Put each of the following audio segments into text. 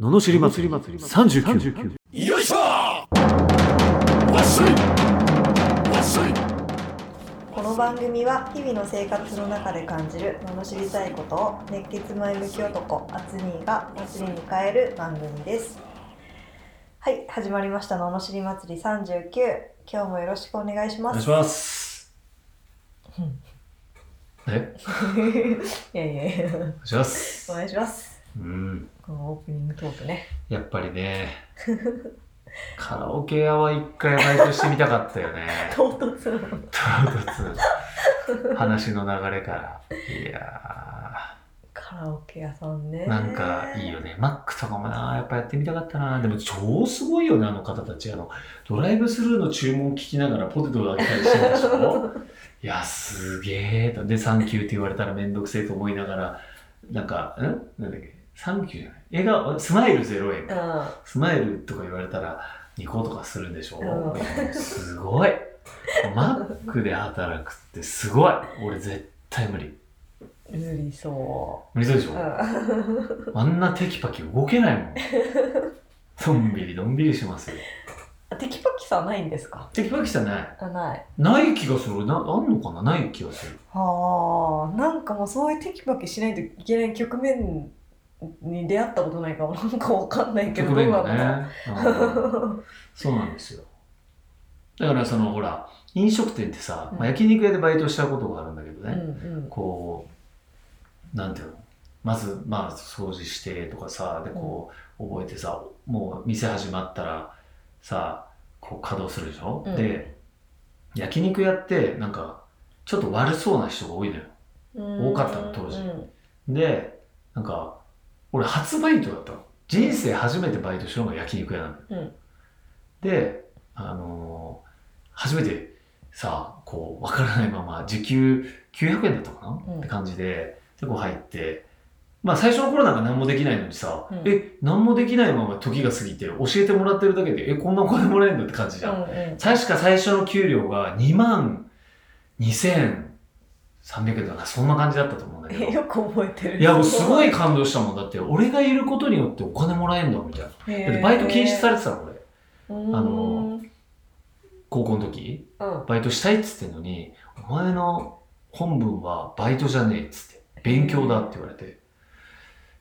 ののしり祭り39よいしょわっしょいわっしょいこの番組は日々の生活の中で感じる罵りたいことを熱血前向き男アツニーが祭りに変える番組ですはい始まりました罵り祭り39今日もよろしくお願いしおますますえいやいやいやお願いしますお願いしますうんこのオープニングトークねやっぱりね カラオケ屋は一回バイトしてみたかった よね唐突なの唐突話の流れからいやカラオケ屋さんねーなんかいいよねマックとかもなやっぱやってみたかったなでも超すごいよねあの方たちあのドライブスルーの注文聞きながらポテトをあげたりしてるでしょ いやすげえとで「サンキュー」って言われたらめんどくせえと思いながらなんかんなんだっけサンキューじゃない笑顔スマイル0円うかんスマイルとか言われたらニコとかするんでしょ、うんねすごいマックで働くってすごい俺絶対無理無理そ無理そうでしう、ょ、うん、あんなテキパキ動けないもんどんびりどんびりしますよあテキパキさんないんですかテキパキじゃないあないない気がするなあんのかなない気がするはあなんかもうそういうテキパキしないといけない局面に出会ったことないかもなんかわかんないけど局面どうなんだがね、 うんそうなんですよだからそのほら飲食店ってさ、まあ、焼肉屋でバイトしたことがあるんだけどね、ろううんうんこうなんていうのまずまあ掃除してとかさでこう覚えてさもう店始まったらさこう稼働するでしょ、うんで焼肉屋ってなんかちょっと悪そうな人が多いのよ多かったの当時うんでなんか俺初バイトだったの人生初めてバイトしたのが焼肉屋なのよ、うんであのー初めてさこうわからないまま時給900円だったかな、うんって感じででこう入ってまあ最初の頃なんか何もできないのにさ、うんえ何もできないまま時が過ぎて教えてもらってるだけでえこんなお金もらえるんだって感じじゃん、うんうん確か最初の給料が2万2300円とかそんな感じだったと思うんだけどえ よく覚えてるいや、もうすごいい感動したもん。だって、俺がいることによってお金もらえんだ、みたいな。だってバイト禁止されてたの、俺。あの高校の時。うんバイトしたいっつってんのに、お前の本文はバイトじゃねえっつって。勉強だって言われて。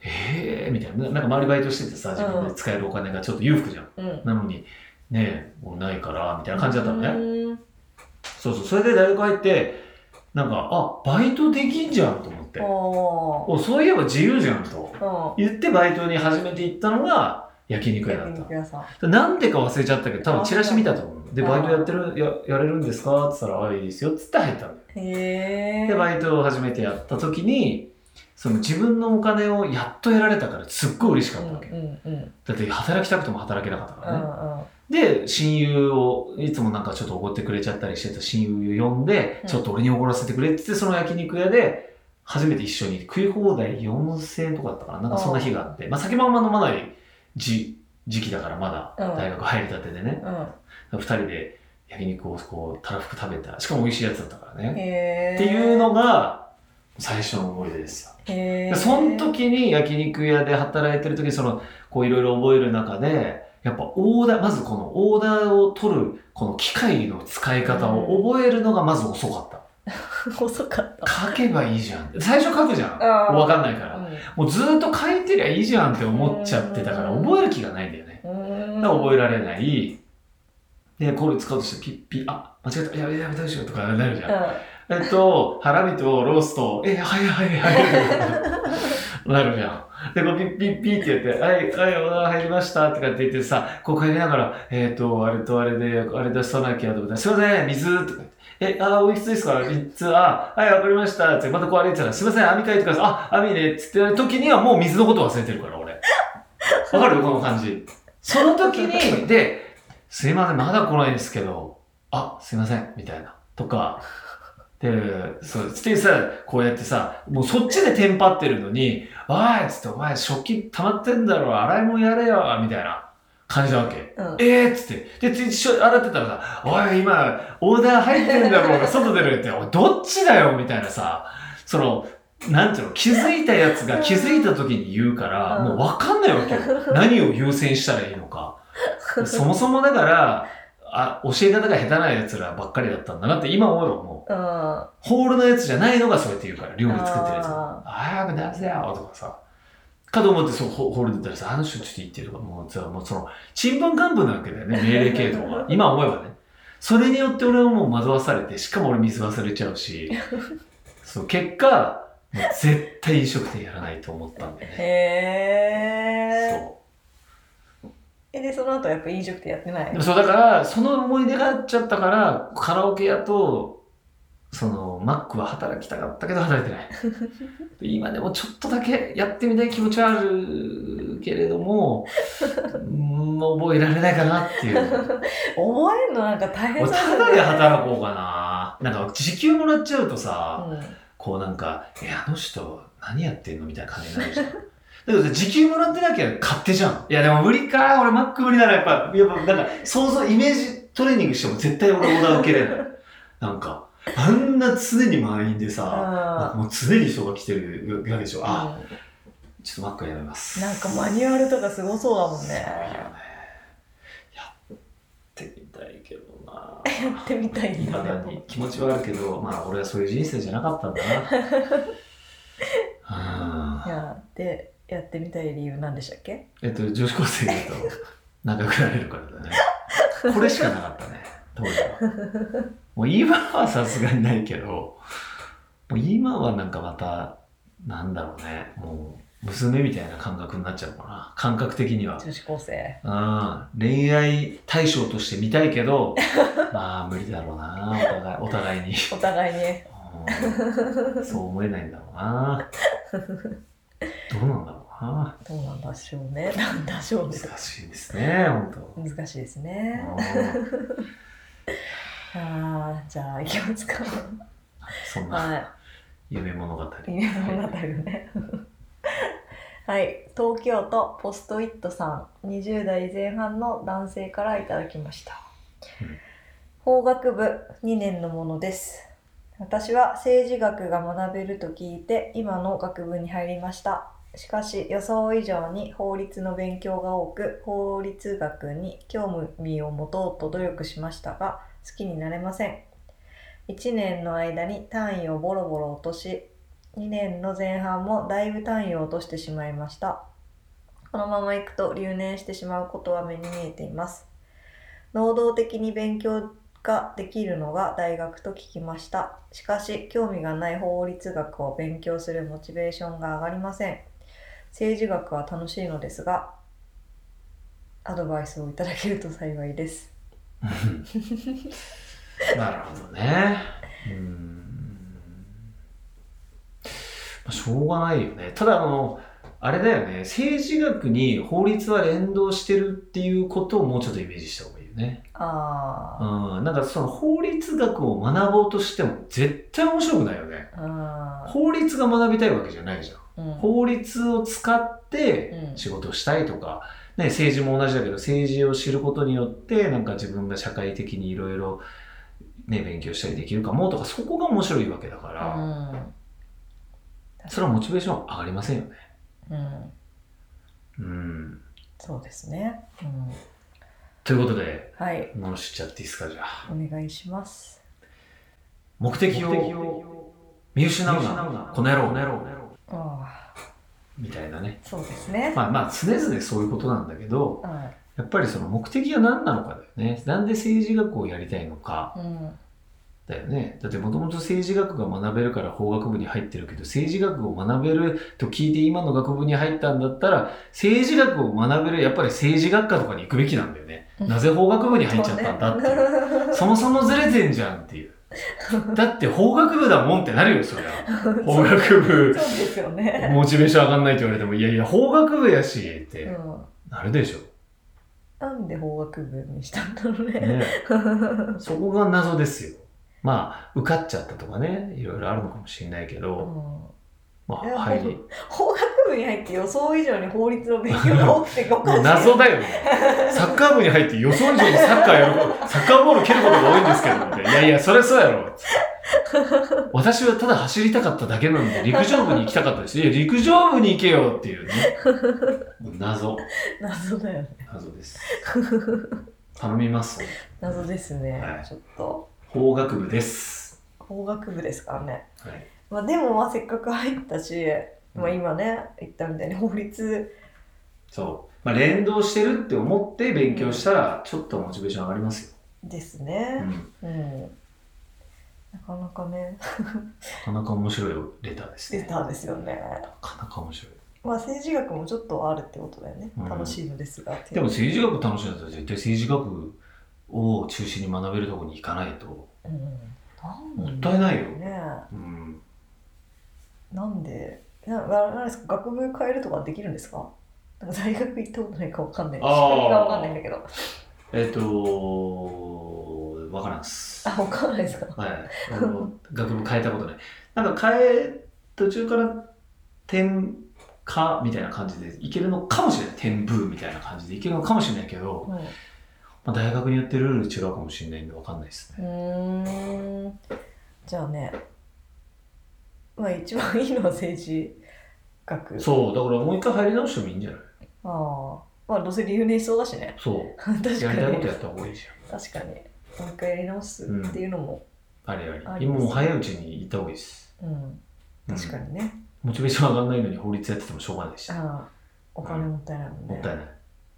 ええー、みたいな。なんか周りバイトしててさ、自分で使えるお金がちょっと裕福じゃん。うんなのに、ねえ、もうないから、みたいな感じだったのね。うんそうそう。それで大学入って、なんか、あ、バイトできんじゃんと思って。おお、そういえば自由じゃんと。ー言ってバイトに始めていったのが焼う肉ん屋だっ焼肉屋さんたなんでか忘れちゃったけど多分チラシ見たと思うであバイトやってるややれるんですかって言ったら「あいいですよ」っつって入ったのよへえでバイトを始めてやった時にその自分のお金をやっと得られたからすっごい嬉しかっうんたうわんけ、うんだって働きたくても働けなかったかうらね、んうんで親友をいつもなんかちょっとおごってくれちゃったりしてた親友を呼んで、うんちょっと俺におごらせてくれって言ってその焼肉屋で初めて一緒に食い放題4000円とかだったかななんかそんな日があってまあ、酒もあんま飲まない時時期だからまだうん大学入りたてでね、うん二人で焼肉をこうたらふく食べたしかも美味しいやつだったからね、へえっていうのが最初の思い出ですよへえでその時に焼肉屋で働いてる時にそのこういろいろ覚える中でやっぱオーダーまずこのオーダーを取るこの機械の使い方を覚えるのがまず遅かった、 遅かった書けばいいじゃん 最初書くじゃんあー分かんないからもうずっと書いてりゃいいじゃんって思っちゃってたからうん覚える気がないんだよねうんだから覚えられないでこれ使おうとしてピッピッあ間違えたやべやべどうしようとかなるじゃんうんえっと、ハラミとロースと、え、はいはい はい。なるじゃん。で、こうピッピッピッってやって、はい、はい、お腹入りましたとかって言ってさ、こう帰りながら、えっ、と、あれとあれで、あれ出さなきゃと思ったら、すいません、水とか言って、え、あー、おいくつですか三つ、あー、はい、わかりました。って、またこう歩いてたら、すいません、網かいてください。あ、網ね。っつってやる時にはもう水のこと忘れてるから、俺。わかるこの感じ。その時に、で、すいません、まだ来ないんですけど、あ、すいません、みたいな。とか、で、そう、してさ、こうやってさ、もうそっちでテンパってるのに、おいっつって、お前食器溜まってんだろ、洗い物やれよ、みたいな感じなわけ。うんえーっつって、で、一緒に洗ってたらさ、おい、 今、オーダー入ってんだろうが、外出るって、おい、どっちだよ、みたいなさ、その、なんていうの、気づいたやつが気づいた時に言うから、うんもうわかんない わけよ。何を優先したらいいのか。そもそもだから、あ、教え方が下手な奴らばっかりだったんだなって今思えばもうん。あう、ホールのやつじゃないのがそうやって言うから、料理作ってるやつが。あ早く出せよとかさ。かと思ってそうホホールで言ったらさ、あの人ちょっと言ってるとか、もうさ、もうその、ちんぷんかんぷんなわけだよ ね、命令系統が。今思えばね。それによって俺はもう惑わされて、しかも俺水忘れちゃう し、そう、結果、もう絶対飲食店やらないと思ったんだよー。ね。へえ。そえ、で、その後やっぱ飲食店やってなう。いでもそう、だから、その思い出があっちゃったから、カラオケ屋と、その、マックは働きたかったけど働いてない。で今でもちょっとだけやってみたい気持ちはあるけれども、うん覚えられないかなっていう。覚えるのなんか大変俺、そうただだねで働こうかな。なんか、時給もらっちゃうとさ、うん。こうなんか、え、あの人、何やってんのみたいな感じになるじゃん。 だけどさ、時給もらってなきゃ勝手じゃん。いや、でも無理か。俺、マック無理ならやっぱ、やっぱ、なんか、想像、イメージトレーニングしても絶対俺オーダー受けれ ない。なんか、あんな常に満員でさ、なんかあもう常に人が来てるわけでしょ。あ、あ。うんちょっとマックやめます。なんかマニュアルとかすごそうだもんね。いいよねやってみたいけどな。やってみたいいまだに気持ちはあるけど、まあ俺はそういう人生じゃなかったんだな。いうんや、で、やってみたい理由なんでしたっけえっと、女子高生だと仲良くなれるからだね。これしかなかったね、当時は。もう今はさすがにないけど、もう今はなんかまた、なんだろうね、もう娘みたいな感覚になっちゃうかな。感覚的には。女子高生。うん恋愛対象として見たいけどまあ無理だろうなお互いお互いに、お互いに。うんそう思えないんだろうなどうなんだろうなどうなんだしょう ね。なんだしょうね。難しいですね本当難しいですね。うんああ、じゃあ、いきますか。そんなは夢物語い。夢物語ね。はい。東京都ポストイットさん、20代前半の男性からいただきましたうん。法学部2年のものです。私は政治学が学べると聞いて、今の学部に入りました。しかし予想以上に法律の勉強が多く法律学に興味を持とうと努力しましたが好きになれません1年の間に単位をボロボロ落とし2年の前半もだいぶ単位を落としてしまいましたこのままいくと留年してしまうことは目に見えています能動的に勉強ができるのが大学と聞きましたしかし興味がない法律学を勉強するモチベーションが上がりません政治学は楽しいのですがアドバイスをいただけると幸いですうんなるほどねうんまあしょうがないよねただあのあれだよね政治学に法律は連動してるっていうことをもうちょっとイメージした方がいいよねあうんなんかその法律学を学ぼうとしても絶対面白くないよねーあ法律が学びたいわけじゃないじゃんーうん法律を使ってうん仕事をしたいとか、ね、政治も同じだけど政治を知ることによってなんか自分が社会的にいろいろ勉強したりできるかもとかそこが面白いわけだから、うんそれはモチベーション上がりませんよね。うんうん、そうですね、うん、ということではいのしちゃっていいですかじゃあお願いします目的を見失うなこの野郎あみたいなねーそうですね、まあまあ常々そういうことなんだけどやっぱりその目的が何なのかだよねなんで政治学をやりたいのか、うんだよね。だってもともと政治学が学べるから法学部に入ってるけど、政治学を学べると聞いて今の学部に入ったんだったら、政治学を学べる、やっぱり政治学科とかに行くべきなんだよね。うんなぜ法学部に入っちゃったんだっていう。そもそもずれてんじゃんっていう。だって法学部だもんってなるよ、そりゃ。法学そう部、ですよね、モチベーション上がんないって言われても、いやいや、法学部やし、っうてん、なるでしょ。なんで法学部にしたんだろうねね、そこが謎ですよ。まあ、受かっちゃったとかね、いろいろあるのかもしれないけど、うんまいやあ、入り。法学部に入って予想以上に法律の勉強が多くておかしもうい謎だよね。サッカー部に入って予想以上にサッカーやること、サッカーボール蹴ることが多いんですけど、みたいな。いやいや、それそうやろ。私はただ走りたかっただけなので、陸上部に行きたかったです。いや、陸上部に行けよっていうね。謎。謎だよね。謎です。頼みます。謎ですね。はいちょっと法学部です。工学部ですからね。はい。まあでもまあせっかく入ったし、まあ今ね言ったみたいに法律そう。まあ、連動してるって思って勉強したら、ちょっとモチベーション上がりますですよ。うね。ん。うん。なかなかね、なかなか面白いレターです出ね。たんですよね。なかなか面白い。まあ政治学もちょっとはあるってことだよね。うん楽しいのですが。でも、政治学楽しいんだったら、絶対政治学を中心に学べるところに行かないと、うん、もなんっだたいないよろう。ね。うん。なんで、なななんですか学部変えるとかできるんですかなんか大学行ったことないかわかんない。仕あー組みがわかんないんだけど。えっ、と、わからんっす。あ、わかんないですかはい、あの学部変えたことない。なんか変え、途中から転科みたいな感じでいけるのかもしれない。転部みたいな感じでいけるのかもしれないけど、うん。うまあ、大学によってルール違うかもしれないんでわかんないですね。ーん。じゃあね、まあ一番いいのは政治学。う。そう、だからもう一回入り直してもいいんじゃないああ。まあどうせ留年しそうだしね。そ確かに。う。やりたいことや確った方がいいじかに。もう一回やり直すっていうのも、ゃん。あれああり。りま今すもう早いうちに行った方がいいです。うん。確かうん。にね。モチベーション上がんないのに法律やっててもしょうがないし。ああ。お金もったいないもんね。もったいない。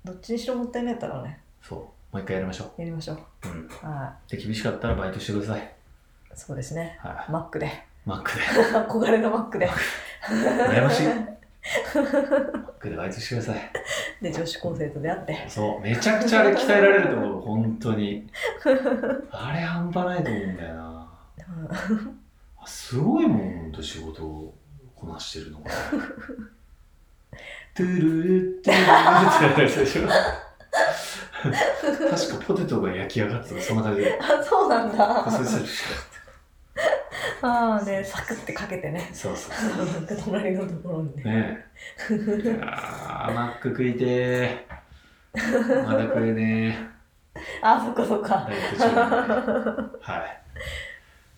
どっちにしろもったいないからね。そう。もう一回やりましょやりましょう。う。うん。はで、厳しかったらバイトしてください。い。そうですね。はい。マックで。 マックで。憧れのマックで。羨ましい。マックでバイトしてください。 で、女子高生と出会って。そう、めちゃくちゃあれ鍛えられると思う、本当に。あれ半端ないと思うんだよな。あすごいもん、ほんと仕事をこなしてるのが。 トゥルルトゥルルってやつでし ょ。確かポテトが焼き上がってた、そんな感じで。あ、そうなんだ。そうそうああ、ね、サクってかけてね。 そうそうなんか隣のところにね。 ねえ。いやーマック食いてー。まだ食えねー。あ、そっかそっか。ダイエット中なんではい。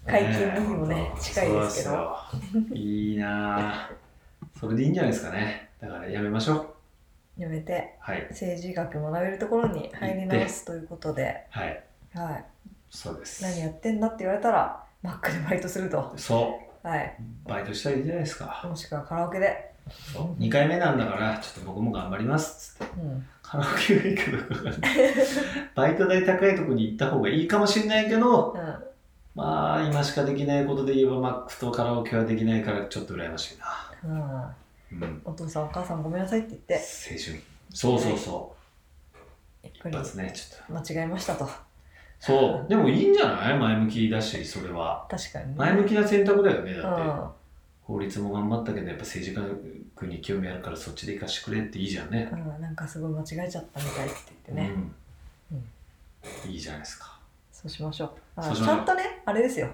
解禁の日もねええ近いですけどそうですよいいなぁ。それでいいんじゃないですかね。だからやめましょう。やめて、はい。政治学学べるところに入り直すということで、はい。はい。そうです。何やってんだって言われたら、マックでバイトすると。そはい。う。バイトしたらいいじゃないですか。もしくはカラオケで。そう2回目なんだから、ちょっと僕も頑張ります。つって。うん。カラオケがいいかどうかわ かんない。バイト代高いとこに行った方がいいかもしれないけど、うん。まあ、今しかできないことで言えば、マックとカラオケはできないから、ちょっと羨ましいな。うん。うん。お父さんお母さんごめんなさいって言って青、春。そうそうそう。やっぱ一り発ねちょっと間違えましたと。そうでもいいんじゃない前向きだしそれは確かにね。前向きな選択だよねうだって、ん。法律も頑張ったけどやっぱ政治家に興味あるからそっちで行かしてくれっていいじゃんねうん、なんかすごい間違えちゃったみたいって言ってね、うんいいじゃないですかそうしましょうあそうしまちしょうゃんとねあれですよ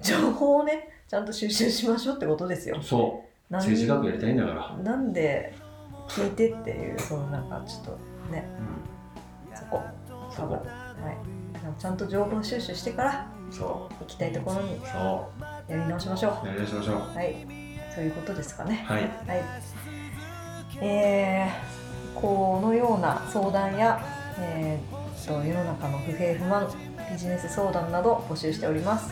情報をねちゃんと収集しましょうってことですよそうなん政治学やりたいんだから、なんで聞いてっていうそのなんかちょっとねうん、そこそ多こ分はいあのちゃんと情報収集してからそ行きたいところにうそやり直しましょうやりだしましょううはいそういうことですかねはいはいえーこのような相談や、えーと世の中の不平不満ビジネス相談など募集しております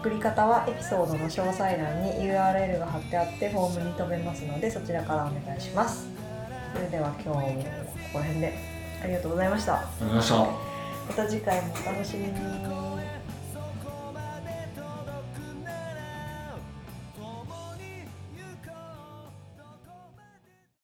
送り方はエピソードの詳細欄に URL が貼ってあってフォームに飛べますのでそちらからお願いしますそれでは今日もここら辺でありがとうございましたやりましょうまた次回もお楽しみに